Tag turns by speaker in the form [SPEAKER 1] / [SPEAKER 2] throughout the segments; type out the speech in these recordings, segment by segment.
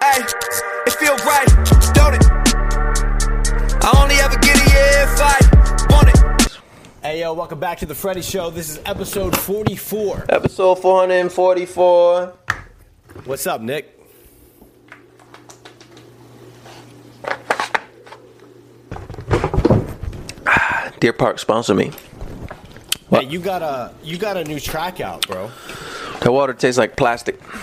[SPEAKER 1] right, it feel right, don't it? I only ever get it yeah, if I want it.
[SPEAKER 2] Hey yo, welcome back to the Freddy Show. This is episode 44.
[SPEAKER 3] Episode 444.
[SPEAKER 2] What's up, Nick?
[SPEAKER 3] Deer Park, sponsor me.
[SPEAKER 2] Hey, you got a you got a new track out, bro.
[SPEAKER 3] The water tastes like plastic. I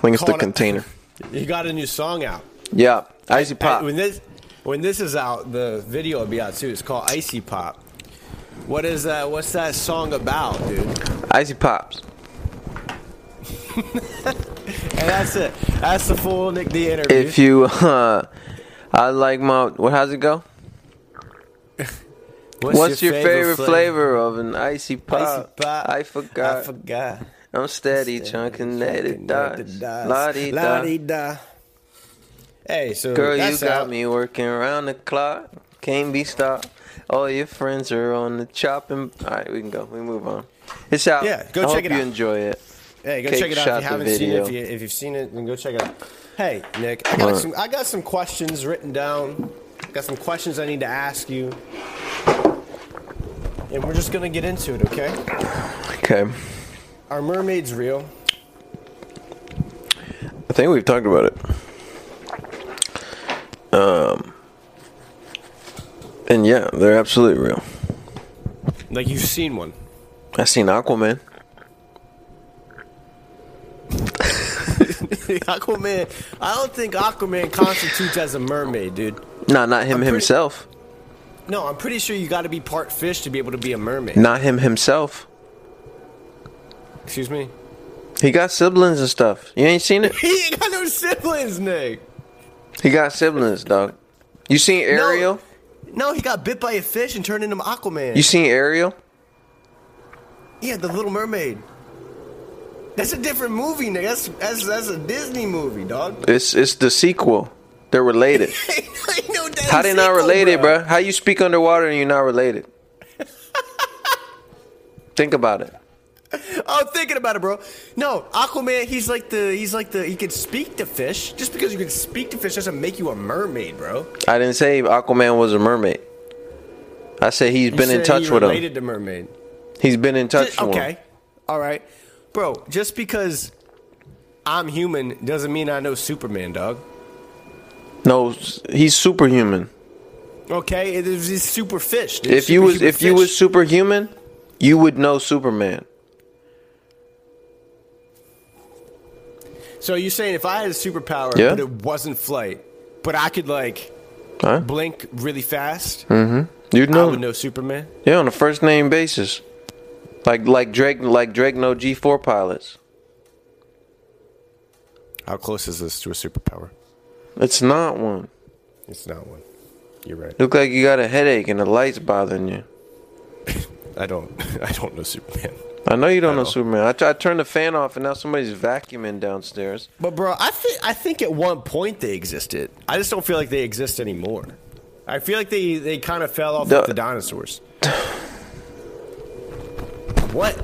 [SPEAKER 3] think it's the
[SPEAKER 2] Hold on.
[SPEAKER 3] container.
[SPEAKER 2] You got a new song out.
[SPEAKER 3] Yeah, Icy Pop.
[SPEAKER 2] Hey, when this when this is out, the video will be out too. It's called Icy Pop. What is that? What's that song about, dude?
[SPEAKER 3] Icy Pops.
[SPEAKER 2] And that's it. That's the full Nick D interview.
[SPEAKER 3] If you, uh, I like my. What? How's it go? What's, your, favorite, flavor of an icy pop?
[SPEAKER 2] Icy pop.
[SPEAKER 3] I forgot.
[SPEAKER 2] I forgot.
[SPEAKER 3] I'm steady chunking at it dots. La di da.
[SPEAKER 2] La-di-da. Hey, so
[SPEAKER 3] Girl, you
[SPEAKER 2] that's
[SPEAKER 3] got
[SPEAKER 2] out.
[SPEAKER 3] me working round the clock. Can't be stopped. All your friends are on the chopping. All right, we can go. We move on. It's out.
[SPEAKER 2] Yeah,
[SPEAKER 3] I
[SPEAKER 2] go check
[SPEAKER 3] hope
[SPEAKER 2] it
[SPEAKER 3] you
[SPEAKER 2] out.
[SPEAKER 3] enjoy it.
[SPEAKER 2] Hey, go
[SPEAKER 3] Cake
[SPEAKER 2] check it out
[SPEAKER 3] shot
[SPEAKER 2] if you
[SPEAKER 3] the
[SPEAKER 2] haven't seen
[SPEAKER 3] video.
[SPEAKER 2] it. If, you, if you've seen it, then go check it out. Hey, Nick, I got
[SPEAKER 3] What?
[SPEAKER 2] some. I got some questions written down. Got some questions I need to ask you, and we're just gonna get into it. Okay?
[SPEAKER 3] Okay.
[SPEAKER 2] Are mermaids real?
[SPEAKER 3] I think we've talked about it. Um, and yeah, they're absolutely real.
[SPEAKER 2] Like you've seen one?
[SPEAKER 3] I seen Aquaman.
[SPEAKER 2] Aquaman. I don't think Aquaman constitutes as a mermaid, dude.
[SPEAKER 3] Nah, not him
[SPEAKER 2] pretty-
[SPEAKER 3] himself.
[SPEAKER 2] No, I'm pretty sure you got to be part fish to be able to be a mermaid.
[SPEAKER 3] Not him himself.
[SPEAKER 2] Excuse me.
[SPEAKER 3] He got siblings and stuff. You ain't seen it?
[SPEAKER 2] He ain't got no siblings, Nick.
[SPEAKER 3] He got siblings, dog. You seen Ariel?
[SPEAKER 2] No, he got bit by a fish and turned into Aquaman.
[SPEAKER 3] You seen Ariel?
[SPEAKER 2] Yeah, The Little Mermaid. That's a different movie, nigga. That's that's, that's a Disney movie, dog.
[SPEAKER 3] It's it's the sequel. They're related.
[SPEAKER 2] Ain't no damn
[SPEAKER 3] How they not
[SPEAKER 2] sequel,
[SPEAKER 3] related, bro? How you speak underwater and you're not related? Think about it.
[SPEAKER 2] I'm thinking about it, bro. No, Aquaman. He's like the he's like the he could speak to fish. Just because you can speak to fish doesn't make you a mermaid, bro.
[SPEAKER 3] I didn't say Aquaman was a mermaid. I said he's
[SPEAKER 2] You
[SPEAKER 3] been in
[SPEAKER 2] said
[SPEAKER 3] touch
[SPEAKER 2] he
[SPEAKER 3] with him.
[SPEAKER 2] related to mermaid.
[SPEAKER 3] He's been in touch
[SPEAKER 2] Ju-
[SPEAKER 3] with
[SPEAKER 2] okay,
[SPEAKER 3] him.
[SPEAKER 2] all right, bro. Just because I'm human doesn't mean I know Superman, dog.
[SPEAKER 3] No, s- he's superhuman.
[SPEAKER 2] Okay, it is it's super fish. dude.
[SPEAKER 3] If you was
[SPEAKER 2] Superhuman
[SPEAKER 3] if you
[SPEAKER 2] fish.
[SPEAKER 3] was superhuman, you would know Superman.
[SPEAKER 2] So you're saying if I had a superpower,
[SPEAKER 3] Yeah.
[SPEAKER 2] but it wasn't flight, but I could like
[SPEAKER 3] Huh? Hmm.
[SPEAKER 2] blink really fast,
[SPEAKER 3] You'd
[SPEAKER 2] I
[SPEAKER 3] know.
[SPEAKER 2] would know Superman.
[SPEAKER 3] Yeah, on a first name basis. Like like Drake like Drake know G four pilots.
[SPEAKER 2] How close is this to a superpower?
[SPEAKER 3] It's not one.
[SPEAKER 2] It's not one. You're right.
[SPEAKER 3] Look like you got a headache and the lights bothering you.
[SPEAKER 2] I don't. I don't know Superman.
[SPEAKER 3] I know you don't know
[SPEAKER 2] know.
[SPEAKER 3] Superman. I, t- I turned the fan off and now somebody's vacuuming downstairs.
[SPEAKER 2] But bro, I think I think at one point they existed. I just don't feel like they exist anymore. I feel like they they kind of fell off
[SPEAKER 3] The-
[SPEAKER 2] with the dinosaurs. what?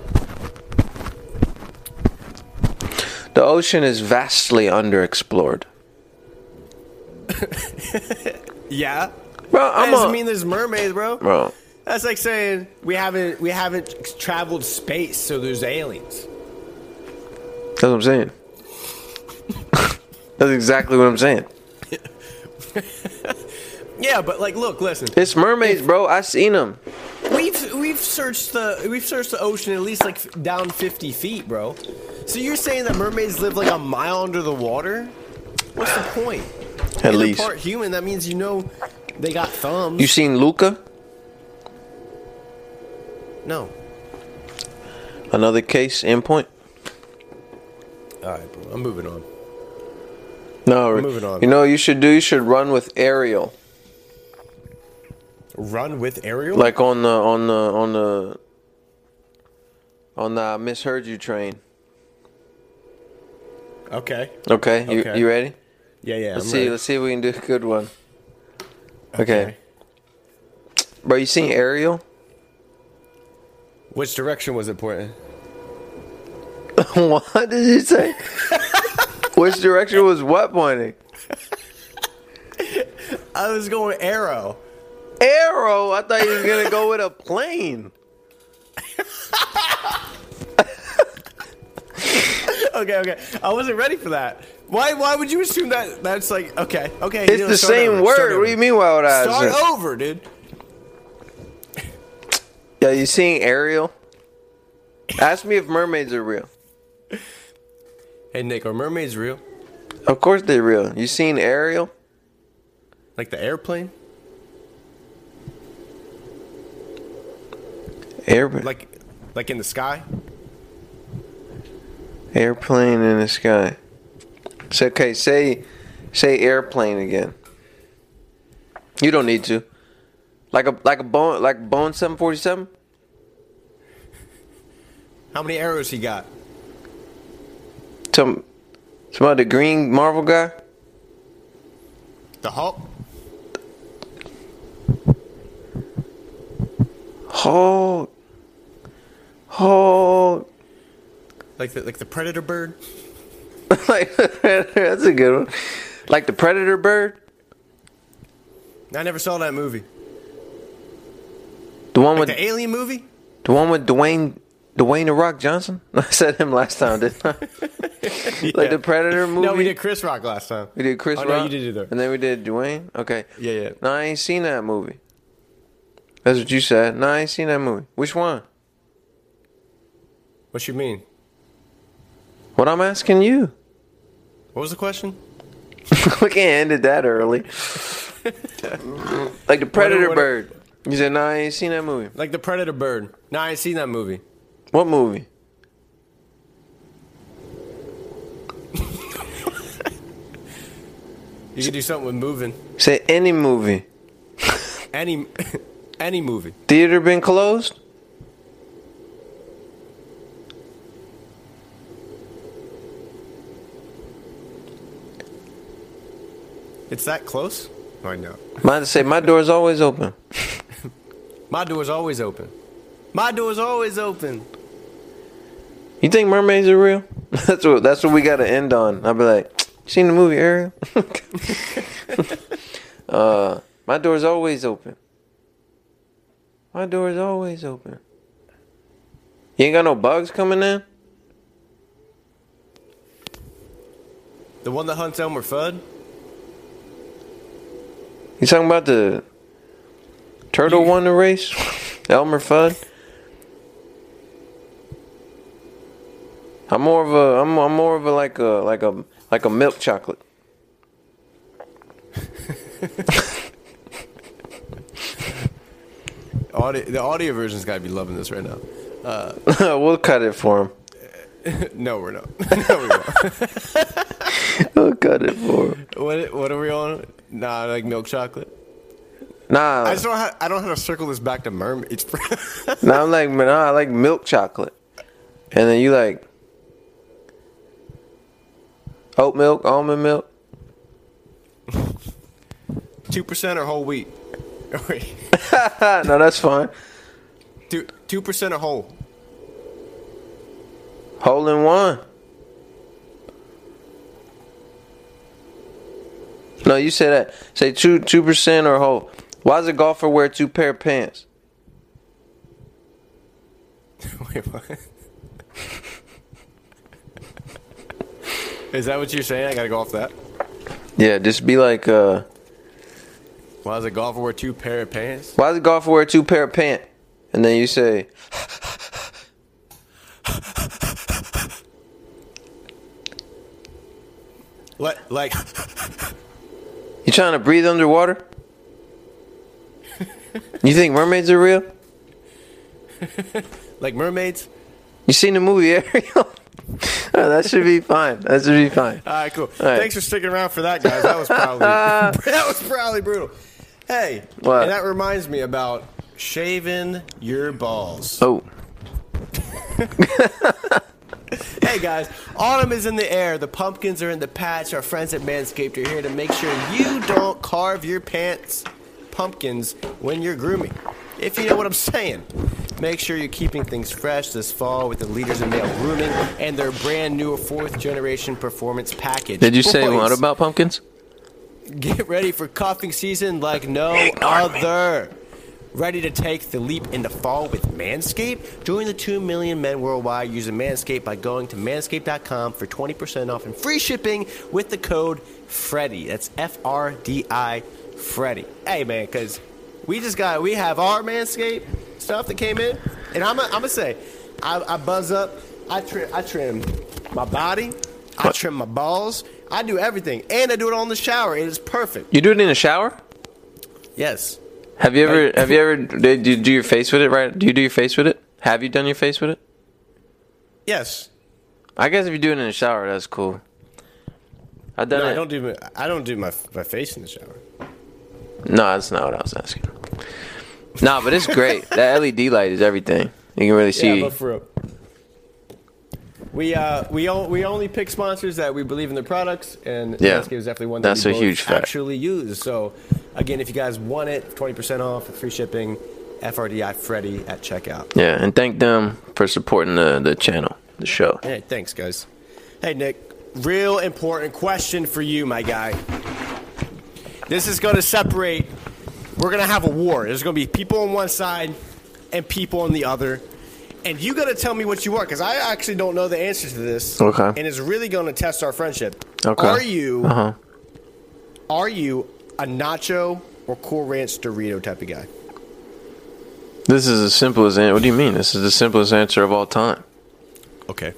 [SPEAKER 3] The ocean is vastly underexplored.
[SPEAKER 2] Yeah.
[SPEAKER 3] Bro,
[SPEAKER 2] That
[SPEAKER 3] I'm
[SPEAKER 2] doesn't
[SPEAKER 3] a,
[SPEAKER 2] mean there's mermaids, bro.
[SPEAKER 3] bro.
[SPEAKER 2] That's like saying we haven't we haven't traveled space, so there's aliens.
[SPEAKER 3] That's what I'm saying. That's exactly what I'm saying.
[SPEAKER 2] Yeah, but like, look, listen,
[SPEAKER 3] It's mermaids, bro. I seen them.
[SPEAKER 2] we've we've searched the we've searched the ocean at least like f- down fifty feet, bro. So you're saying that mermaids live like a mile under the water? What's the point?
[SPEAKER 3] At
[SPEAKER 2] And they're
[SPEAKER 3] least
[SPEAKER 2] part human. That means you know they got thumbs.
[SPEAKER 3] you seen Luca,
[SPEAKER 2] no.
[SPEAKER 3] another case in point.
[SPEAKER 2] All right, bro. I'm moving on.
[SPEAKER 3] No,
[SPEAKER 2] moving on.
[SPEAKER 3] You know what you should do? You should run with Ariel,
[SPEAKER 2] Run with Ariel.
[SPEAKER 3] like on the on the on the on the I misheard you train.
[SPEAKER 2] okay.
[SPEAKER 3] Okay, you
[SPEAKER 2] Okay.
[SPEAKER 3] you ready?
[SPEAKER 2] Yeah, yeah.
[SPEAKER 3] Let's
[SPEAKER 2] I'm
[SPEAKER 3] see.
[SPEAKER 2] ready.
[SPEAKER 3] Let's see if we can do a good one. Okay. bro, you seen Ariel?
[SPEAKER 2] Which direction was it pointing?
[SPEAKER 3] what did you say? Which direction was what pointing?
[SPEAKER 2] I was going arrow.
[SPEAKER 3] Arrow. I thought you was gonna go with a plane.
[SPEAKER 2] Okay, okay. I wasn't ready for that. Why? Why would you assume that? That's like okay, okay.
[SPEAKER 3] It's
[SPEAKER 2] you know,
[SPEAKER 3] the
[SPEAKER 2] start
[SPEAKER 3] same
[SPEAKER 2] over,
[SPEAKER 3] word.
[SPEAKER 2] start
[SPEAKER 3] What do
[SPEAKER 2] over.
[SPEAKER 3] you mean? Why would I?
[SPEAKER 2] Start
[SPEAKER 3] assume?
[SPEAKER 2] over, dude.
[SPEAKER 3] Yeah, you seeing Ariel? Ask me if mermaids are real.
[SPEAKER 2] Hey Nick, are mermaids real?
[SPEAKER 3] Of course they're real. You seen Ariel?
[SPEAKER 2] Like the airplane?
[SPEAKER 3] Air,
[SPEAKER 2] Like, like in the sky?
[SPEAKER 3] airplane in the sky. It's okay. Say, say airplane again. You don't need to. Like a like a bone like bone seven forty seven.
[SPEAKER 2] How many arrows he got?
[SPEAKER 3] Some some of the green Marvel guy.
[SPEAKER 2] The Hulk?
[SPEAKER 3] Hulk. Hulk.
[SPEAKER 2] Like the like the predator bird?
[SPEAKER 3] like that's a good one. Like the predator bird,
[SPEAKER 2] I never saw that movie.
[SPEAKER 3] the one
[SPEAKER 2] Like
[SPEAKER 3] with
[SPEAKER 2] the alien movie?
[SPEAKER 3] The one with Dwayne Dwayne the Rock Johnson? I said him last time, didn't I? Like the Predator movie.
[SPEAKER 2] No, we did Chris Rock last time.
[SPEAKER 3] We did Chris
[SPEAKER 2] Oh,
[SPEAKER 3] Rock.
[SPEAKER 2] No, you did it though.
[SPEAKER 3] And then we did Dwayne. Okay.
[SPEAKER 2] Yeah, yeah.
[SPEAKER 3] No, I ain't seen that movie. That's what you said. No, I ain't seen that movie. Which one?
[SPEAKER 2] What you mean?
[SPEAKER 3] What I'm asking you.
[SPEAKER 2] What was the question?
[SPEAKER 3] we can't end it that early. like the Predator
[SPEAKER 2] what-
[SPEAKER 3] Bird. You said no, I ain't seen that movie.
[SPEAKER 2] Like the predator bird? No, I ain't seen that movie.
[SPEAKER 3] What movie?
[SPEAKER 2] You could do something with moving.
[SPEAKER 3] Say any movie.
[SPEAKER 2] Any, any movie.
[SPEAKER 3] Theater been closed?
[SPEAKER 2] It's that close? I know.
[SPEAKER 3] Mine say my door's always open.
[SPEAKER 2] My door's always open. My door's always open.
[SPEAKER 3] You think mermaids are real? That's what that's what we gotta end on. I'll be like, seen the movie Ariel? uh my door's always open. My door's always open. You ain't got no bugs coming in?
[SPEAKER 2] The one that hunts Elmer Fudd?
[SPEAKER 3] You talking about the turtle won the race? Elmer Fudd? I'm more of a I'm I'm more of a like a like a like a milk chocolate.
[SPEAKER 2] Audio, the audio version's got to be loving this right now.
[SPEAKER 3] we'll cut it for him.
[SPEAKER 2] No, we're not. no, we won't.
[SPEAKER 3] We'll cut it for him.
[SPEAKER 2] What, what are we on? Nah, like milk chocolate.
[SPEAKER 3] Nah,
[SPEAKER 2] I just don't. How, I don't know how to circle this back to mermaids.
[SPEAKER 3] nah, I'm like, man, nah, I like milk chocolate, and then you like oat milk, almond milk.
[SPEAKER 2] Two percent or whole wheat.
[SPEAKER 3] Ah, no, that's fine.
[SPEAKER 2] Two percent or whole.
[SPEAKER 3] Hole in one. No, you say that. Say two two percent or whole. Why does a golfer wear two pair of pants?
[SPEAKER 2] Wait, what? Is that what you're saying? I gotta go off that.
[SPEAKER 3] Yeah, just be like, uh,
[SPEAKER 2] Why does a golfer wear two pair of pants?
[SPEAKER 3] why does a golfer wear two pair of pants? And then you say,
[SPEAKER 2] What? Like,
[SPEAKER 3] you trying to breathe underwater? you think mermaids are real?
[SPEAKER 2] like mermaids?
[SPEAKER 3] You seen the movie Ariel? Oh, that should be fine. That should be fine.
[SPEAKER 2] All right, cool.
[SPEAKER 3] right.
[SPEAKER 2] Thanks for sticking around for that, guys. That was probably that was probably brutal. Hey,
[SPEAKER 3] What?
[SPEAKER 2] and that reminds me about shaving your balls.
[SPEAKER 3] Oh,
[SPEAKER 2] Hey guys, autumn is in the air. The pumpkins are in the patch. Our friends at Manscaped are here to make sure you don't carve your pants pumpkins when you're grooming. If you know what I'm saying. Make sure you're keeping things fresh this fall with the leaders in male grooming and their brand new fourth generation performance package.
[SPEAKER 3] Did you say
[SPEAKER 2] Boys,
[SPEAKER 3] what about pumpkins?
[SPEAKER 2] Get ready for coughing season like no other. Ready to take the leap into fall with Manscaped? Join the 2 million men worldwide using Manscaped by going to manscaped.com for 20% off and free shipping with the code FREDDY. That's F R D I Freddy. Hey, man, because we just got, we have our Manscaped stuff that came in. And I'm going to say, I, I buzz up, I, tri- I trim my body, I
[SPEAKER 3] What?
[SPEAKER 2] trim my balls, I do everything. And I do it all in the shower. It is perfect.
[SPEAKER 3] You do it in the shower?
[SPEAKER 2] Yes.
[SPEAKER 3] Have you ever?
[SPEAKER 2] Like-
[SPEAKER 3] have you ever? Did you do your face with it? Right? Do you do your face with it? Have you done your face with it?
[SPEAKER 2] Yes.
[SPEAKER 3] I guess if you do it in the shower, that's cool. I done
[SPEAKER 2] No,
[SPEAKER 3] it.
[SPEAKER 2] I don't do my, I don't do my my face in the shower.
[SPEAKER 3] No, that's not what I was asking. Nah, but it's great. that LED light is everything. You can really see.
[SPEAKER 2] Yeah, but for real. We uh we all, we only pick sponsors that we believe in their products, and
[SPEAKER 3] Yeah.
[SPEAKER 2] Manscaped is definitely one that
[SPEAKER 3] That's
[SPEAKER 2] we
[SPEAKER 3] a
[SPEAKER 2] both
[SPEAKER 3] huge fact.
[SPEAKER 2] actually use. So, again, if you guys want it, twenty percent off, free shipping, FRDI Freddy at checkout.
[SPEAKER 3] yeah, and thank them for supporting the the channel, the show.
[SPEAKER 2] Hey, thanks, guys. Hey, Nick, real important question for you, my guy. This is going to separate. We're going to have a war. There's going to be people on one side and people on the other. And you got to tell me what you are, because I actually don't know the answer to this.
[SPEAKER 3] Okay.
[SPEAKER 2] And it's really going to test our friendship.
[SPEAKER 3] Okay.
[SPEAKER 2] Are you
[SPEAKER 3] Uh huh.
[SPEAKER 2] are you a nacho or cool ranch Dorito type of guy?
[SPEAKER 3] This is the simplest. An- what do you mean? This is the simplest answer of all time.
[SPEAKER 2] Okay.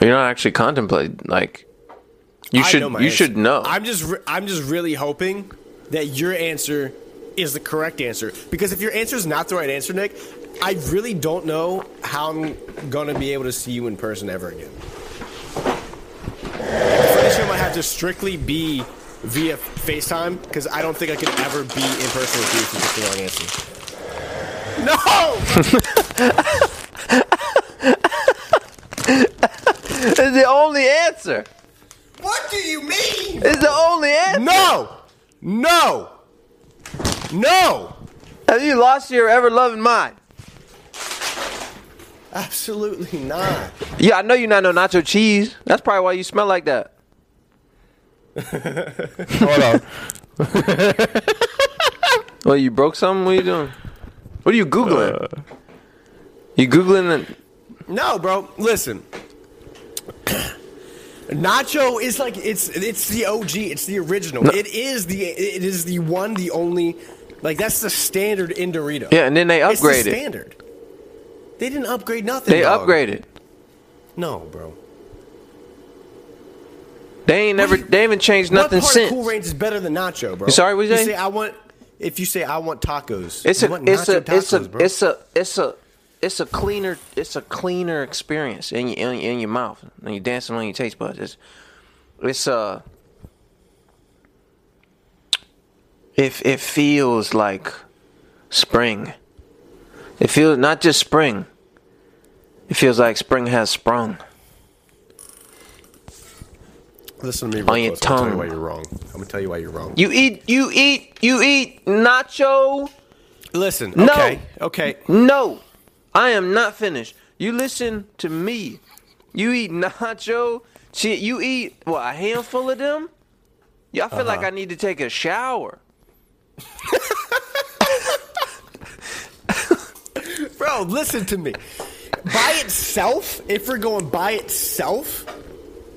[SPEAKER 3] You're not actually contemplating like. You
[SPEAKER 2] I
[SPEAKER 3] should.
[SPEAKER 2] know my
[SPEAKER 3] you
[SPEAKER 2] answer.
[SPEAKER 3] should know.
[SPEAKER 2] I'm just re- I'm just really hoping that your answer is the correct answer because if your answer is not the right answer, Nick, I really don't know how I'm gonna be able to see you in person ever again. The friendship might have to strictly be via FaceTime because I don't think I could ever be in person with you if you get the wrong answer. No,
[SPEAKER 3] it's the only answer.
[SPEAKER 2] what do you mean?
[SPEAKER 3] It's the only answer.
[SPEAKER 2] No, no, no.
[SPEAKER 3] Have you lost your ever loving mind?
[SPEAKER 2] Absolutely not.
[SPEAKER 3] Yeah, I know you're not no nacho cheese. That's probably why you smell like that.
[SPEAKER 2] Hold on.
[SPEAKER 3] Well, you broke something. What are you doing? What are you googling?
[SPEAKER 2] Uh.
[SPEAKER 3] you googling the
[SPEAKER 2] No, bro. Listen. Nacho is like it's it's the OG, it's the original. It is the it is the one, the only like that's the standard in Dorito.
[SPEAKER 3] yeah, and then they
[SPEAKER 2] it's the
[SPEAKER 3] upgraded.
[SPEAKER 2] standard. They didn't upgrade nothing.
[SPEAKER 3] They
[SPEAKER 2] dog.
[SPEAKER 3] upgraded.
[SPEAKER 2] No, bro.
[SPEAKER 3] They ain't never. They haven't changed nothing
[SPEAKER 2] what part
[SPEAKER 3] since.
[SPEAKER 2] Of cool Ranch is better than Nacho, bro.
[SPEAKER 3] You sorry, what'd you say?
[SPEAKER 2] say I want if you say I want tacos.
[SPEAKER 3] It's
[SPEAKER 2] you
[SPEAKER 3] a.
[SPEAKER 2] want
[SPEAKER 3] It's a.
[SPEAKER 2] nacho
[SPEAKER 3] It's a.
[SPEAKER 2] tacos, bro.
[SPEAKER 3] It's a. It's a. It's a cleaner. It's a cleaner experience in your in, in your mouth and you dancing on your taste buds. It's. It's uh, a. If it feels like spring, it feels not just spring. It feels like spring has sprung.
[SPEAKER 2] Listen to me real
[SPEAKER 3] on your
[SPEAKER 2] close. I'm gonna tell you
[SPEAKER 3] tongue.
[SPEAKER 2] why you're wrong. I'm gonna tell you why you're wrong.
[SPEAKER 3] You eat, you eat, you eat nacho.
[SPEAKER 2] Listen,
[SPEAKER 3] No.
[SPEAKER 2] okay, okay.
[SPEAKER 3] No, I am not finished. You listen to me. You eat nacho. Shit, you eat what a handful of them. Yeah, I feel like I need to take a shower.
[SPEAKER 2] Bro, listen to me. By itself, if we're going by itself,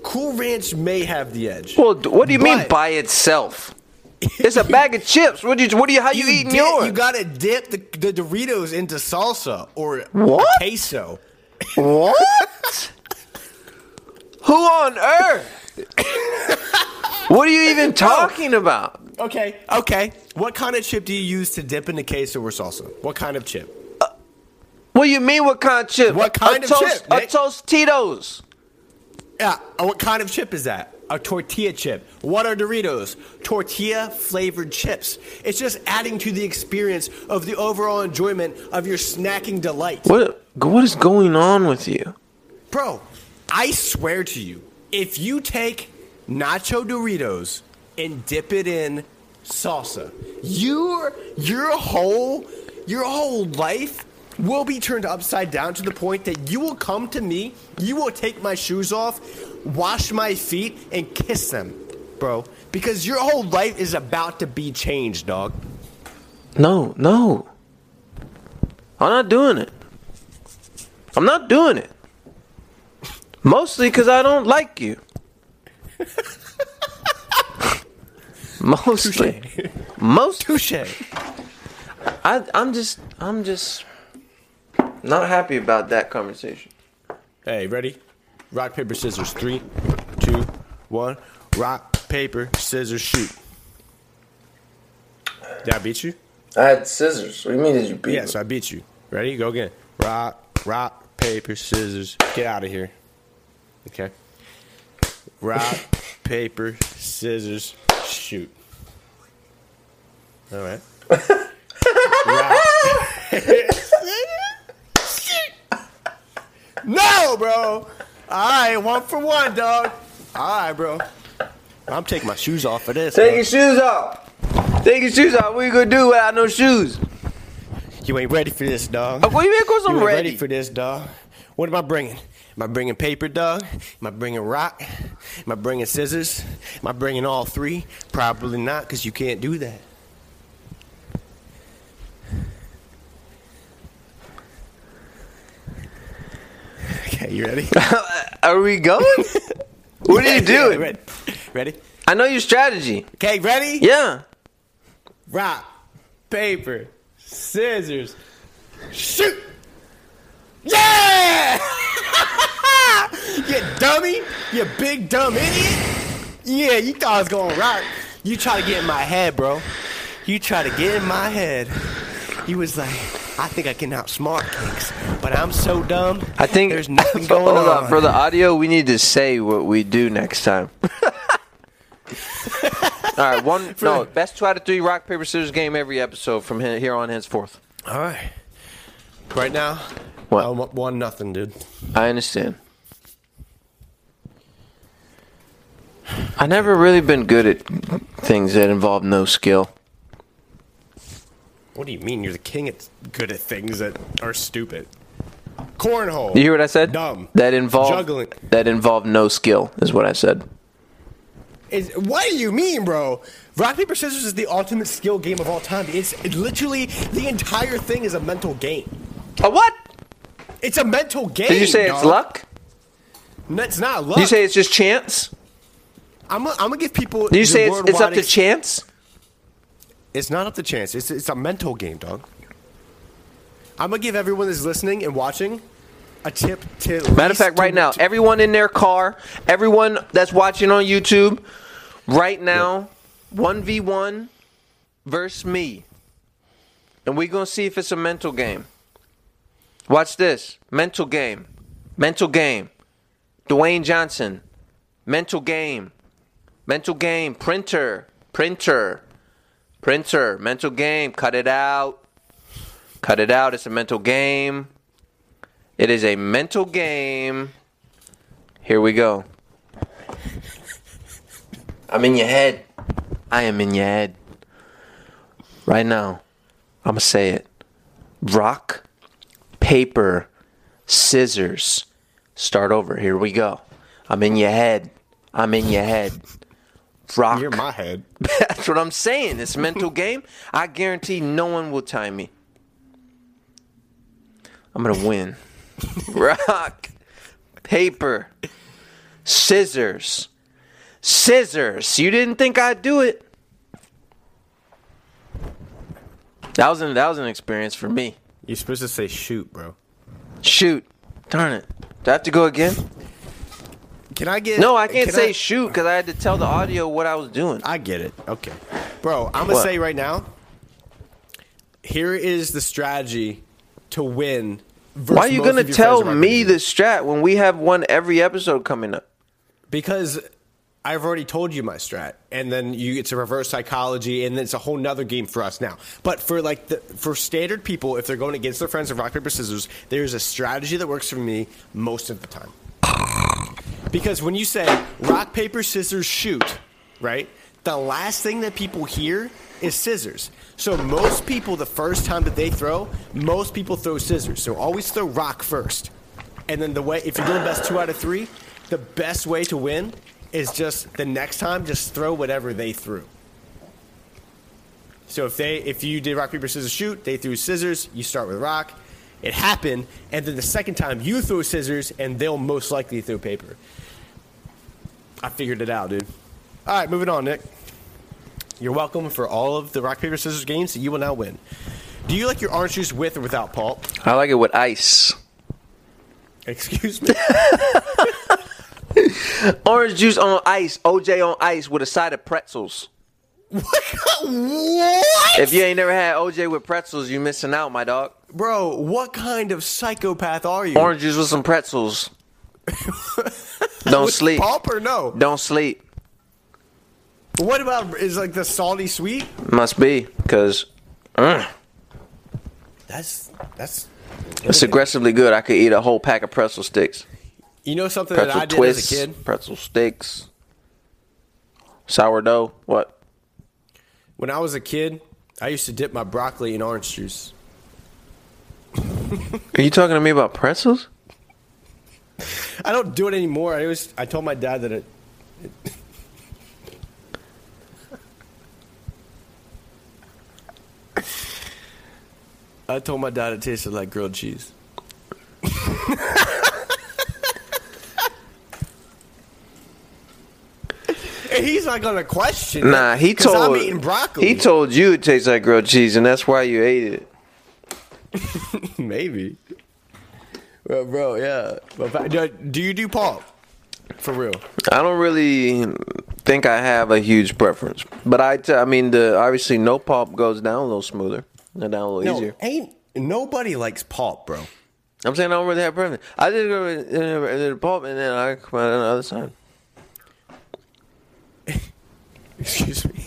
[SPEAKER 2] Cool Ranch may have the edge.
[SPEAKER 3] Well, d- what do you mean
[SPEAKER 2] But-
[SPEAKER 3] by itself? It's a bag of chips. What do you? What do you? How you, eating
[SPEAKER 2] dip-
[SPEAKER 3] yours?
[SPEAKER 2] You gotta dip the, the Doritos into salsa or
[SPEAKER 3] What?
[SPEAKER 2] queso.
[SPEAKER 3] What? Who on earth? what are you even talking about?
[SPEAKER 2] Okay, okay. What kind of chip do you use to dip into queso or salsa? What kind of chip?
[SPEAKER 3] What do you mean? What kind of chip?
[SPEAKER 2] What
[SPEAKER 3] a
[SPEAKER 2] kind of
[SPEAKER 3] toast,
[SPEAKER 2] chip,
[SPEAKER 3] A
[SPEAKER 2] Nick?
[SPEAKER 3] Tostitos.
[SPEAKER 2] Yeah, uh, what kind of chip is that? A tortilla chip. What are Doritos? Tortilla flavored chips. It's just adding to the experience of the overall enjoyment of your snacking delight.
[SPEAKER 3] What? What is going on with you?
[SPEAKER 2] Bro, I swear to you, if you take nacho Doritos and dip it in salsa Your your whole your whole life will be turned upside down to the point that you will come to me, you will take my shoes off, wash my feet, and kiss them, bro. Because your whole life is about to be changed, dog.
[SPEAKER 3] No, no. I'm not doing it. I'm not doing it. Mostly because I don't like you. Mostly. Most.
[SPEAKER 2] Touche.
[SPEAKER 3] I, I'm just. I'm just. Not happy about that conversation.
[SPEAKER 2] Hey, ready? Rock, paper, scissors. Three, two, one. Rock, paper, scissors, shoot. Did I beat you?
[SPEAKER 3] I had scissors. What do you mean? Did you beat
[SPEAKER 2] Yeah, so I beat you. Ready? Go again. Rock, rock, paper, scissors. Get out of here. Okay. Rock, paper, scissors, shoot. All right. Rock, paper, scissors, shoot. No, bro. All right, one for one, dog. All right, bro. I'm taking my shoes off for this.
[SPEAKER 3] Take
[SPEAKER 2] bro.
[SPEAKER 3] your shoes off. Take your shoes off. What you gonna do without no shoes?
[SPEAKER 2] You ain't ready for this, dog.
[SPEAKER 3] Oh, what do you mean? Of course I'm
[SPEAKER 2] You ain't
[SPEAKER 3] ready.
[SPEAKER 2] for this, dog. What am I bringing? Am I bringing paper, dog? Am I bringing rock? Am I bringing scissors? Am I bringing all three? Probably not, because you can't do that. Okay, you ready?
[SPEAKER 3] Are we going? what are you doing?
[SPEAKER 2] Ready? Ready?
[SPEAKER 3] I know your strategy.
[SPEAKER 2] Okay, ready?
[SPEAKER 3] Yeah.
[SPEAKER 2] Rock, paper, scissors, shoot! Yeah! you dummy! You big dumb idiot! Yeah, you thought I was going rock. You try to get in my head, bro. You try to get in my head. You was like, I think I can outsmart Kings, but I'm so dumb.
[SPEAKER 3] I think
[SPEAKER 2] there's nothing
[SPEAKER 3] for-
[SPEAKER 2] going
[SPEAKER 3] hold
[SPEAKER 2] on.
[SPEAKER 3] for the audio. We need to say what we do next time. All right, one no best two out of three rock paper scissors game every episode from he- here on henceforth.
[SPEAKER 2] All right, right now,
[SPEAKER 3] What?
[SPEAKER 2] I'm up one nothing, dude.
[SPEAKER 3] I understand. I never really been good at things that involve no skill.
[SPEAKER 2] What do you mean? You're the king at good at things that are stupid. Cornhole.
[SPEAKER 3] You hear what I said?
[SPEAKER 2] Dumb.
[SPEAKER 3] That involve
[SPEAKER 2] Juggling.
[SPEAKER 3] that involve no skill is what I said.
[SPEAKER 2] Is, what do you mean, bro? Rock paper scissors is the ultimate skill game of all time. It's it literally the entire thing is a mental game.
[SPEAKER 3] A what?
[SPEAKER 2] It's a mental game.
[SPEAKER 3] Did you say it's
[SPEAKER 2] dog.
[SPEAKER 3] luck?
[SPEAKER 2] No, it's not luck.
[SPEAKER 3] Did you say it's just chance?
[SPEAKER 2] I'm gonna I'm gonna give people.
[SPEAKER 3] Did you say it's, it's up to
[SPEAKER 2] chance?
[SPEAKER 3] chance?
[SPEAKER 2] It's not up to chance. It's it's a mental game, dog. I'm gonna give everyone that's listening and watching a tip to at
[SPEAKER 3] Matter of
[SPEAKER 2] least
[SPEAKER 3] fact,
[SPEAKER 2] to-
[SPEAKER 3] right now,
[SPEAKER 2] to-
[SPEAKER 3] everyone in their car, everyone that's watching on YouTube, right now, one v one versus me, and we're gonna see if it's a mental game. Watch this, mental game, mental game. Dwayne Johnson, mental game, mental game. Printer, printer, printer. Mental game. Cut it out. Cut it out. It's a mental game. It is a mental game. Here we go. I'm in your head. I am in your head. Right now, I'm going to say it rock, paper, scissors. Start over. Here we go. I'm in your head. I'm in your head. Rock.
[SPEAKER 2] You're in my head.
[SPEAKER 3] That's what I'm saying. It's a mental game. I guarantee no one will tie me. I'm gonna win. Rock, paper, scissors, scissors. You didn't think I'd do it. That was an that was an experience for me.
[SPEAKER 2] You're supposed to say shoot, bro.
[SPEAKER 3] Shoot, darn it. Do I have to go again?
[SPEAKER 2] Can I get?
[SPEAKER 3] No, I can't
[SPEAKER 2] can
[SPEAKER 3] say shoot because I had to tell the audio what I was doing.
[SPEAKER 2] I get it. Okay. Bro, I'm going to
[SPEAKER 3] What?
[SPEAKER 2] say right now here is the strategy to win. versus
[SPEAKER 3] Why are you
[SPEAKER 2] most of
[SPEAKER 3] gonna
[SPEAKER 2] your
[SPEAKER 3] tell
[SPEAKER 2] friends around
[SPEAKER 3] me
[SPEAKER 2] you.
[SPEAKER 3] the strat when we have one every episode coming up?
[SPEAKER 2] Because I've already told you my strat, and then you it's a reverse psychology, and it's a whole nother game for us now. But for like the for standard people, if they're going against their friends in rock paper scissors, there's a strategy that works for me most of the time. Because when you say rock paper scissors shoot, right? the last thing that people hear is scissors. So most people, the first time that they throw, most people throw scissors. So always throw rock first, and then the way if you're doing best two out of three, the best way to win is just the next time just throw whatever they threw. So if they if you did rock paper scissors shoot, they threw scissors. You start with rock. It happened, and then the second time you throw scissors, and they'll most likely throw paper. I figured it out, dude. All right, moving on, Nick. You're welcome for all of the rock paper scissors games that you will now win. Do you like your orange juice with or without pulp?
[SPEAKER 3] I like it with ice.
[SPEAKER 2] Excuse me.
[SPEAKER 3] Orange juice on ice, OJ on ice with a side of pretzels.
[SPEAKER 2] what?
[SPEAKER 3] If you ain't never had OJ with pretzels, you missing out, my dog.
[SPEAKER 2] Bro, what kind of psychopath are you?
[SPEAKER 3] Orange juice with some pretzels. Don't
[SPEAKER 2] With
[SPEAKER 3] sleep.
[SPEAKER 2] Pulp or no?
[SPEAKER 3] Don't sleep.
[SPEAKER 2] What about is like the salty sweet?
[SPEAKER 3] Must be, cause
[SPEAKER 2] That's that's.
[SPEAKER 3] it's aggressively good. I could eat a whole pack of pretzel sticks,
[SPEAKER 2] You know something that
[SPEAKER 3] pretzel
[SPEAKER 2] I did
[SPEAKER 3] twists,
[SPEAKER 2] as a kid
[SPEAKER 3] pretzel sticks, sourdough. What?
[SPEAKER 2] when I was a kid. I used to dip my broccoli in orange juice.
[SPEAKER 3] Are you talking to me about pretzels?
[SPEAKER 2] I don't do it anymore. I was I told my dad that it. I told my dad it tasted like grilled cheese. And He's not gonna question. it,
[SPEAKER 3] Nah, he
[SPEAKER 2] 'cause
[SPEAKER 3] told.
[SPEAKER 2] I'm eating broccoli.
[SPEAKER 3] He told you it tastes like grilled cheese, and that's why you ate it.
[SPEAKER 2] maybe. Well, bro, yeah. But, but, do you do pulp? For real?
[SPEAKER 3] I don't really think I have a huge preference, but I, t- I mean, the obviously no pulp goes down a little smoother, and down a little easier.
[SPEAKER 2] ain't nobody likes pulp, bro.
[SPEAKER 3] I'm saying I don't really have preference. I did go in in- in the pulp, and then I come out on the other side.
[SPEAKER 2] Excuse me.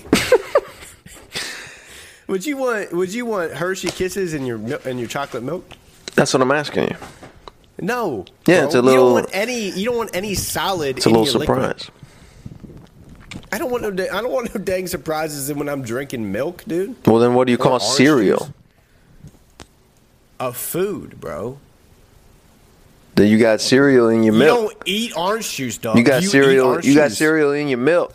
[SPEAKER 2] would you want Would you want Hershey Kisses in your mil- in your chocolate milk?
[SPEAKER 3] That's what I'm asking you.
[SPEAKER 2] No.
[SPEAKER 3] Yeah,
[SPEAKER 2] bro.
[SPEAKER 3] it's a
[SPEAKER 2] You don't
[SPEAKER 3] little-
[SPEAKER 2] want any. You don't want any solid.
[SPEAKER 3] It's a
[SPEAKER 2] in
[SPEAKER 3] little
[SPEAKER 2] your liquid.
[SPEAKER 3] surprise.
[SPEAKER 2] I don't want no. da- I don't want no dang surprises when I'm drinking milk, dude.
[SPEAKER 3] Well, then what do you call
[SPEAKER 2] orange
[SPEAKER 3] cereal?
[SPEAKER 2] juice? A food, bro.
[SPEAKER 3] That you got cereal in your
[SPEAKER 2] You
[SPEAKER 3] milk.
[SPEAKER 2] don't eat orange juice, dog.
[SPEAKER 3] You got
[SPEAKER 2] eat
[SPEAKER 3] cereal.
[SPEAKER 2] orange
[SPEAKER 3] You got
[SPEAKER 2] juice.
[SPEAKER 3] cereal in your milk.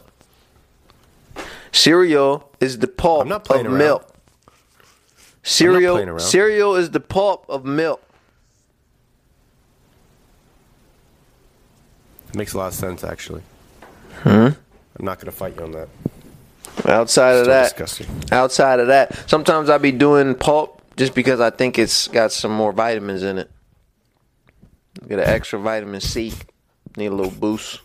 [SPEAKER 3] Cereal is the pulp
[SPEAKER 2] I'm not
[SPEAKER 3] of
[SPEAKER 2] playing around.
[SPEAKER 3] milk.
[SPEAKER 2] playing
[SPEAKER 3] Cereal.
[SPEAKER 2] around.
[SPEAKER 3] Cereal is the pulp of milk.
[SPEAKER 2] Makes a lot of sense, actually. Hmm. I'm not gonna fight you on that.
[SPEAKER 3] Outside of
[SPEAKER 2] Still
[SPEAKER 3] that,
[SPEAKER 2] disgusting.
[SPEAKER 3] outside of that, sometimes I be doing pulp just because I think it's got some more vitamins in it. Get an extra vitamin C. Need a little boost.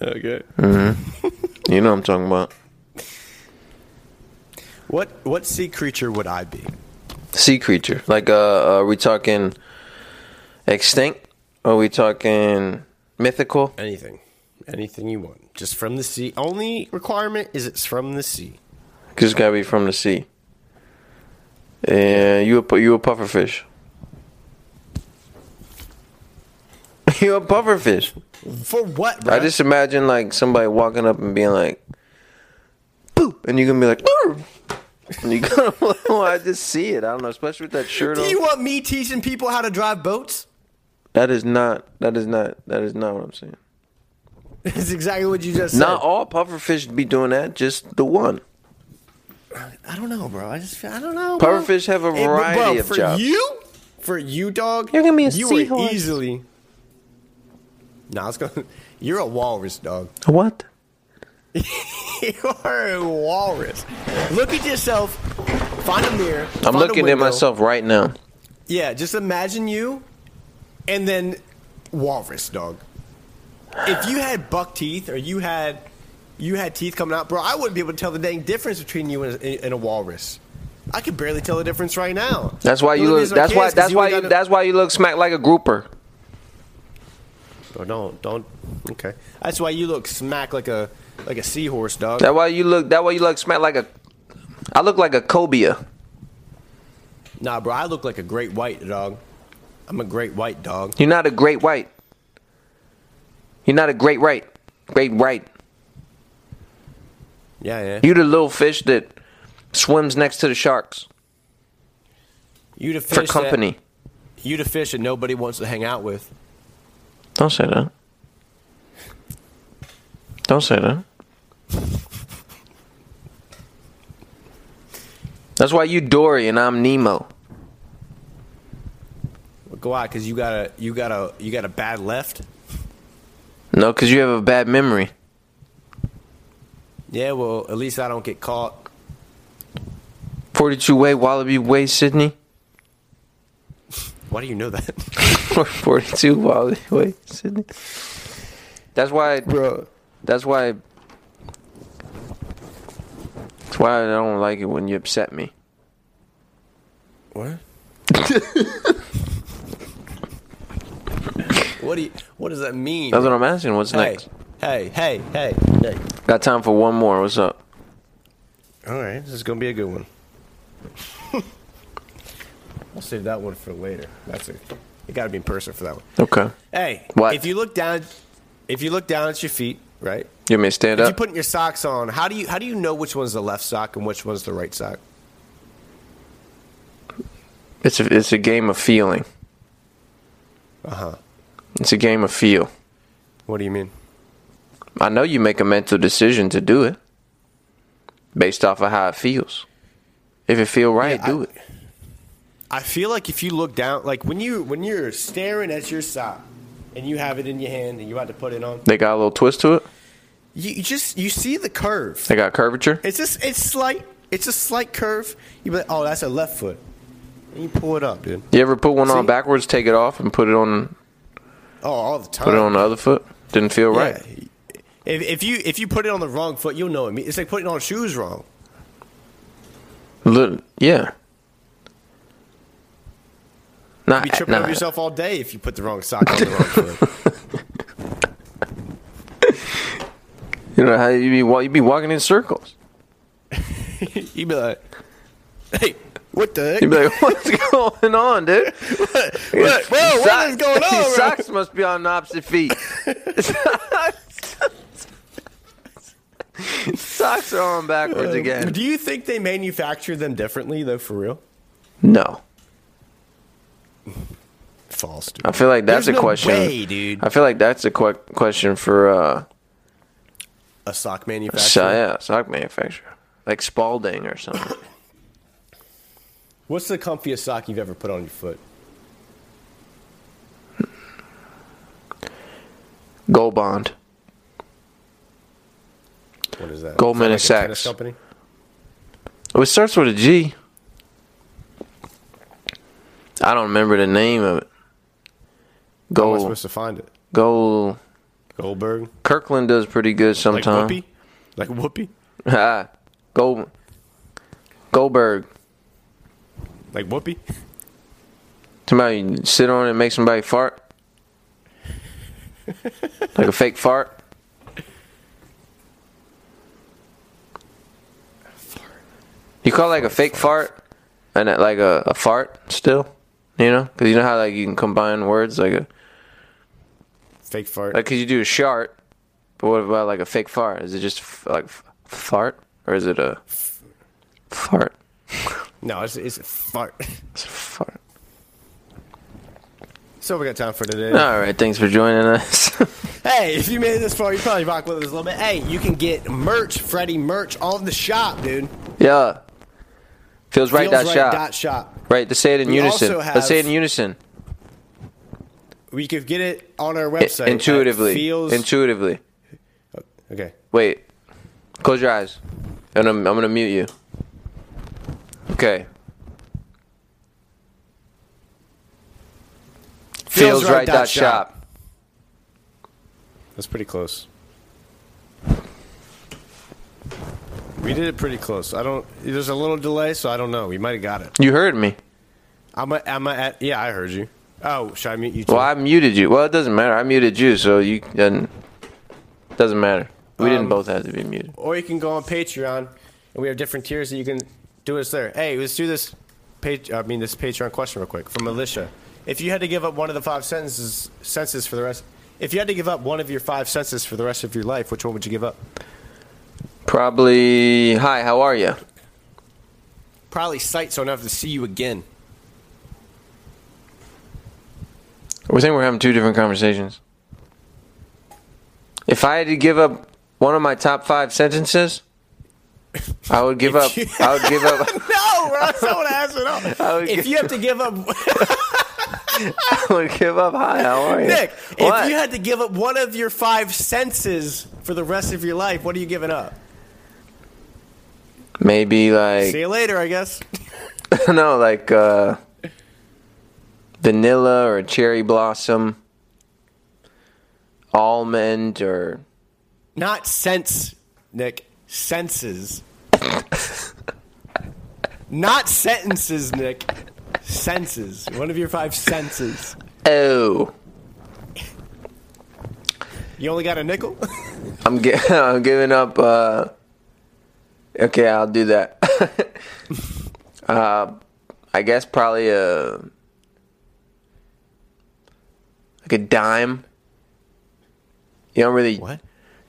[SPEAKER 2] Okay.
[SPEAKER 3] You know what I'm talking about.
[SPEAKER 2] What What sea creature would I be?
[SPEAKER 3] Sea creature. Like, uh, are we talking extinct? Are we talking mythical?
[SPEAKER 2] Anything. Anything you want. Just from the sea. Only requirement is it's from the sea.
[SPEAKER 3] Just gotta be from the sea. And you a pu- you a pufferfish. You a pufferfish.
[SPEAKER 2] For what, bro?
[SPEAKER 3] I just imagine like somebody walking up and being like, "Boop," and you gonna be like, "Brr." and you gonna. well, I just see it. I don't know, especially with that shirt
[SPEAKER 2] Do
[SPEAKER 3] on.
[SPEAKER 2] you want me teaching people how to drive boats?
[SPEAKER 3] that is not. That is not. That is not what I'm saying.
[SPEAKER 2] That's exactly what you just said.
[SPEAKER 3] Not all pufferfish be doing that. Just the one.
[SPEAKER 2] I don't know, bro. I just I don't know. bro.
[SPEAKER 3] Pufferfish have a
[SPEAKER 2] Hey, but,
[SPEAKER 3] variety
[SPEAKER 2] bro,
[SPEAKER 3] of
[SPEAKER 2] for
[SPEAKER 3] jobs.
[SPEAKER 2] you, for you, dog.
[SPEAKER 3] You're gonna be a
[SPEAKER 2] you were
[SPEAKER 3] seahorse.
[SPEAKER 2] easily. Nah, it's going. You're a walrus, dog.
[SPEAKER 3] What?
[SPEAKER 2] you are a walrus. Look at yourself. Find a mirror.
[SPEAKER 3] I'm
[SPEAKER 2] find a
[SPEAKER 3] looking at
[SPEAKER 2] window.
[SPEAKER 3] myself right now.
[SPEAKER 2] Yeah, just imagine you and then walrus dog. If you had buck teeth or you had you had teeth coming out, bro, I wouldn't be able to tell the dang difference between you and a, and a walrus. I could barely tell the difference right now.
[SPEAKER 3] That's why
[SPEAKER 2] The
[SPEAKER 3] you look.
[SPEAKER 2] only reason I
[SPEAKER 3] That's
[SPEAKER 2] can
[SPEAKER 3] why.
[SPEAKER 2] is 'cause
[SPEAKER 3] That's why.
[SPEAKER 2] ain't
[SPEAKER 3] You,
[SPEAKER 2] got
[SPEAKER 3] that's why you look smack like a grouper.
[SPEAKER 2] no, Oh, don't don't. Okay, that's why you look smack like a like a seahorse dog.
[SPEAKER 3] That why you look. That why you look smack like a. I look like a cobia.
[SPEAKER 2] nah, bro, I look like a great white dog. I'm a great white dog.
[SPEAKER 3] You're not a great white. You're not a great right. Great right.
[SPEAKER 2] Yeah, yeah.
[SPEAKER 3] You the little fish that swims next to the sharks
[SPEAKER 2] You the
[SPEAKER 3] for
[SPEAKER 2] fish
[SPEAKER 3] company.
[SPEAKER 2] That, you the fish that nobody wants to hang out with.
[SPEAKER 3] Don't say that. Don't say that. That's why you Dory and I'm Nemo.
[SPEAKER 2] Go out because you got a you got a you got a bad left.
[SPEAKER 3] No, because you have a bad memory.
[SPEAKER 2] Yeah, well, at least I don't get caught.
[SPEAKER 3] 42 Way, Wallaby Way, Sydney.
[SPEAKER 2] Why do you know that?
[SPEAKER 3] Or 42 Wallaby Way, Sydney. That's why.
[SPEAKER 2] Bro.
[SPEAKER 3] That's why. That's why I don't like it when you upset me.
[SPEAKER 2] What? what do you, what does that mean?
[SPEAKER 3] That's what I'm asking. What's
[SPEAKER 2] hey,
[SPEAKER 3] next?
[SPEAKER 2] hey, hey, hey, hey.
[SPEAKER 3] Got time for one more. What's up?
[SPEAKER 2] All right, this is gonna be a good one. I'll save that one for later. That's it. You gotta be in person for that one.
[SPEAKER 3] Okay.
[SPEAKER 2] Hey,
[SPEAKER 3] What?
[SPEAKER 2] if you look down, if you look down at your feet, right?
[SPEAKER 3] You may stand
[SPEAKER 2] If you're
[SPEAKER 3] up.
[SPEAKER 2] putting your socks on, how do you how do you know which one's the left sock and which one's the right sock?
[SPEAKER 3] It's a, it's a game of feeling. Uh huh.
[SPEAKER 2] Uh-huh.
[SPEAKER 3] It's a game of feel.
[SPEAKER 2] What do you mean?
[SPEAKER 3] I know you make a mental decision to do it based off of how it feels. If it feel right,
[SPEAKER 2] Yeah,
[SPEAKER 3] do
[SPEAKER 2] I-
[SPEAKER 3] it.
[SPEAKER 2] I feel like if you look down, like when you when you're staring at your sock and you have it in your hand and you're about to put it on,
[SPEAKER 3] They got a little twist to it.
[SPEAKER 2] you, you just you see the curve.
[SPEAKER 3] They got curvature.
[SPEAKER 2] It's just it's slight. It's a slight curve. You be like, oh, that's a left foot, and you pull it up, dude.
[SPEAKER 3] You ever put one
[SPEAKER 2] See?
[SPEAKER 3] on backwards, take it off, and put it on
[SPEAKER 2] Oh, all the time.
[SPEAKER 3] put it on the other foot? Didn't feel
[SPEAKER 2] Yeah.
[SPEAKER 3] right.
[SPEAKER 2] If, if you if you put it on the wrong foot, you'll know it. It's like putting on shoes wrong.
[SPEAKER 3] Look, yeah. Not,
[SPEAKER 2] You'll be tripping
[SPEAKER 3] not,
[SPEAKER 2] over yourself all day if you put the wrong sock on the wrong foot.
[SPEAKER 3] You know how you be wa- you be walking in circles.
[SPEAKER 2] you be like, hey, what the heck?
[SPEAKER 3] You'd be like, "What's going on, dude?
[SPEAKER 2] What- whoa, what is going on?
[SPEAKER 3] These
[SPEAKER 2] bro?
[SPEAKER 3] socks must be on opposite feet. socks are on backwards again.
[SPEAKER 2] Um, Do Uh, you think they manufacture them differently though? For real?
[SPEAKER 3] No,
[SPEAKER 2] False. Dude.
[SPEAKER 3] I feel like that's
[SPEAKER 2] There's
[SPEAKER 3] a
[SPEAKER 2] no
[SPEAKER 3] question.
[SPEAKER 2] way, dude.
[SPEAKER 3] I feel like that's a que- question for uh,
[SPEAKER 2] A sock manufacturer.
[SPEAKER 3] so, yeah, sock manufacturer, like Spalding or something.
[SPEAKER 2] What's the comfiest sock you've ever put on your foot?
[SPEAKER 3] Gold Bond.
[SPEAKER 2] What is that?
[SPEAKER 3] Goldman
[SPEAKER 2] Is that like
[SPEAKER 3] Sachs.
[SPEAKER 2] a tennis company.
[SPEAKER 3] Oh, it starts with a G. I don't remember the name of
[SPEAKER 2] Oh,
[SPEAKER 3] it.
[SPEAKER 2] How am I
[SPEAKER 3] Gold.
[SPEAKER 2] supposed to find it?
[SPEAKER 3] Gold.
[SPEAKER 2] Goldberg.
[SPEAKER 3] Kirkland does pretty good
[SPEAKER 2] Like
[SPEAKER 3] sometimes.
[SPEAKER 2] Whoopi. Like Whoopi.
[SPEAKER 3] Ah, Gold, Goldberg.
[SPEAKER 2] Like Whoopi.
[SPEAKER 3] Somebody you sit on it and make somebody fart. like a fake fart. You call like a fake fart and it like a, a fart still, you know? Because you know how like you can combine words like a
[SPEAKER 2] Fake fart.
[SPEAKER 3] like because you do a shart, but what about like a fake fart? Is it just f- like f- fart or is it a fart?
[SPEAKER 2] no, it's, it's fart.
[SPEAKER 3] It's a fart.
[SPEAKER 2] so we got time for today.
[SPEAKER 3] All right, thanks for joining us.
[SPEAKER 2] Hey, if you made it this far, you probably rock with us a little bit. Hey, you can get merch, Freddy merch, on the shop, dude.
[SPEAKER 3] Yeah. Feels right
[SPEAKER 2] Feels
[SPEAKER 3] dot shop.
[SPEAKER 2] Dot shop.
[SPEAKER 3] right, to say it in
[SPEAKER 2] We
[SPEAKER 3] unison.
[SPEAKER 2] also
[SPEAKER 3] Let's say it
[SPEAKER 2] have-
[SPEAKER 3] in unison.
[SPEAKER 2] We could get it on our
[SPEAKER 3] I-
[SPEAKER 2] website. at
[SPEAKER 3] intuitively.
[SPEAKER 2] Feels.
[SPEAKER 3] Intuitively.
[SPEAKER 2] okay.
[SPEAKER 3] Wait. Close your eyes. And I'm, I'm going to mute you. Okay. Feels, right, dot shop.
[SPEAKER 2] That's pretty close. We did it pretty close. I don't. There's a little delay, so I don't know. We might have got it.
[SPEAKER 3] You heard me.
[SPEAKER 2] I'm. A, I'm. A, at, yeah, I heard you. Oh, should I mute you? Too?
[SPEAKER 3] Well, I muted you. Well, it doesn't matter. I muted you, so you doesn't doesn't matter. We didn't
[SPEAKER 2] Um,
[SPEAKER 3] both have to be muted.
[SPEAKER 2] or you can go on Patreon, and we have different tiers that you can do us there. Hey, let's do this. Page, I mean, this Patreon question real quick from Alicia. If you had to give up one of the five sentences, senses for the rest, if you had to give up one of your five senses for the rest of your life, which one would you give up?
[SPEAKER 3] Probably. Hi, how are you?
[SPEAKER 2] Probably sight so I don't have to see you again.
[SPEAKER 3] We think we're having two different conversations. If I had to give up one of my top five sentences, I would give up. I would give up.
[SPEAKER 2] No, bro, that's not what I asked at all.
[SPEAKER 3] I would
[SPEAKER 2] If
[SPEAKER 3] give-
[SPEAKER 2] you have to give up,
[SPEAKER 3] I would give up. Hi, how are you?
[SPEAKER 2] Nick,
[SPEAKER 3] What?
[SPEAKER 2] if you had to give up one of your five senses for the rest of your life, what are you giving up?
[SPEAKER 3] Maybe like
[SPEAKER 2] See you later, I guess.
[SPEAKER 3] no, like uh, vanilla or cherry blossom, almond or
[SPEAKER 2] Not sense, Nick. Senses. Not sentences, Nick. Senses. One of your five senses.
[SPEAKER 3] oh.
[SPEAKER 2] You only got a nickel?
[SPEAKER 3] I'm gi- I'm giving up. Uh, okay, I'll do that. uh, I guess probably a like a dime. You don't really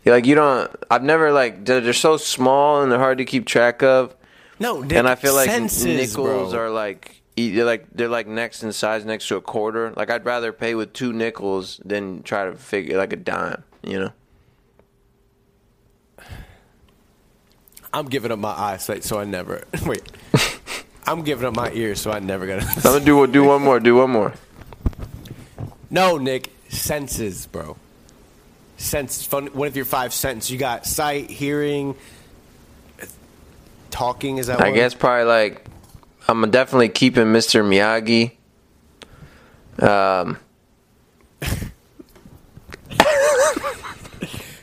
[SPEAKER 3] you like you don't. I've never like they're, they're so small and they're hard to keep track of.
[SPEAKER 2] No, Nick.
[SPEAKER 3] And I feel like
[SPEAKER 2] senses,
[SPEAKER 3] nickels
[SPEAKER 2] bro.
[SPEAKER 3] are like e- they're like they're like next in size next to a quarter. Like I'd rather pay with two nickels than try to figure like a dime. You know.
[SPEAKER 2] I'm giving up my eyesight, so I never. Wait. I'm giving up my ears, so I never gonna.
[SPEAKER 3] I'm gonna do do one more. Do one more.
[SPEAKER 2] No, Nick, senses, bro. Sense. Fun, one of your five senses. You got sight, hearing, talking. Is that?
[SPEAKER 3] I
[SPEAKER 2] one?
[SPEAKER 3] guess probably like I'm definitely keeping Mr. Miyagi.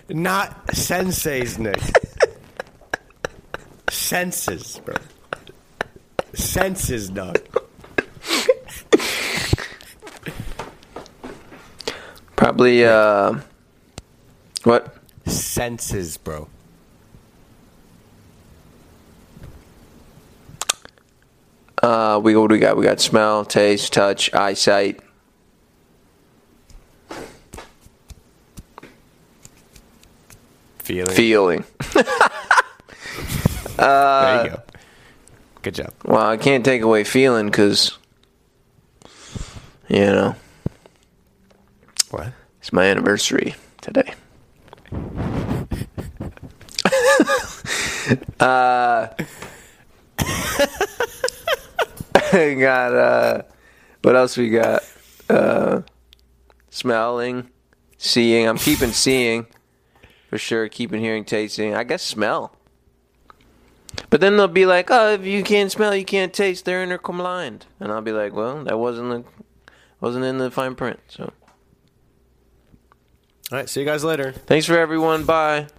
[SPEAKER 2] not senseis, Nick. senses, bro. Senses, dog.
[SPEAKER 3] Probably uh, what?
[SPEAKER 2] Senses, bro.
[SPEAKER 3] Uh, we what do we got? We got smell, taste, touch, eyesight.
[SPEAKER 2] Feeling.
[SPEAKER 3] Feeling.
[SPEAKER 2] there you go. Good job.
[SPEAKER 3] Well, I can't take away feeling because, you know,
[SPEAKER 2] What?
[SPEAKER 3] it's my anniversary today. uh, I got, uh, what else we got? Uh, smelling, seeing. I'm keeping seeing for sure, keeping hearing, tasting. I guess smell. But then they'll be like, "Oh, if you can't smell, you can't taste. They're intercombined." And I'll be like, "Well, that wasn't the, wasn't in the fine print." So,
[SPEAKER 2] All right. See you guys later.
[SPEAKER 3] thanks for everyone. Bye.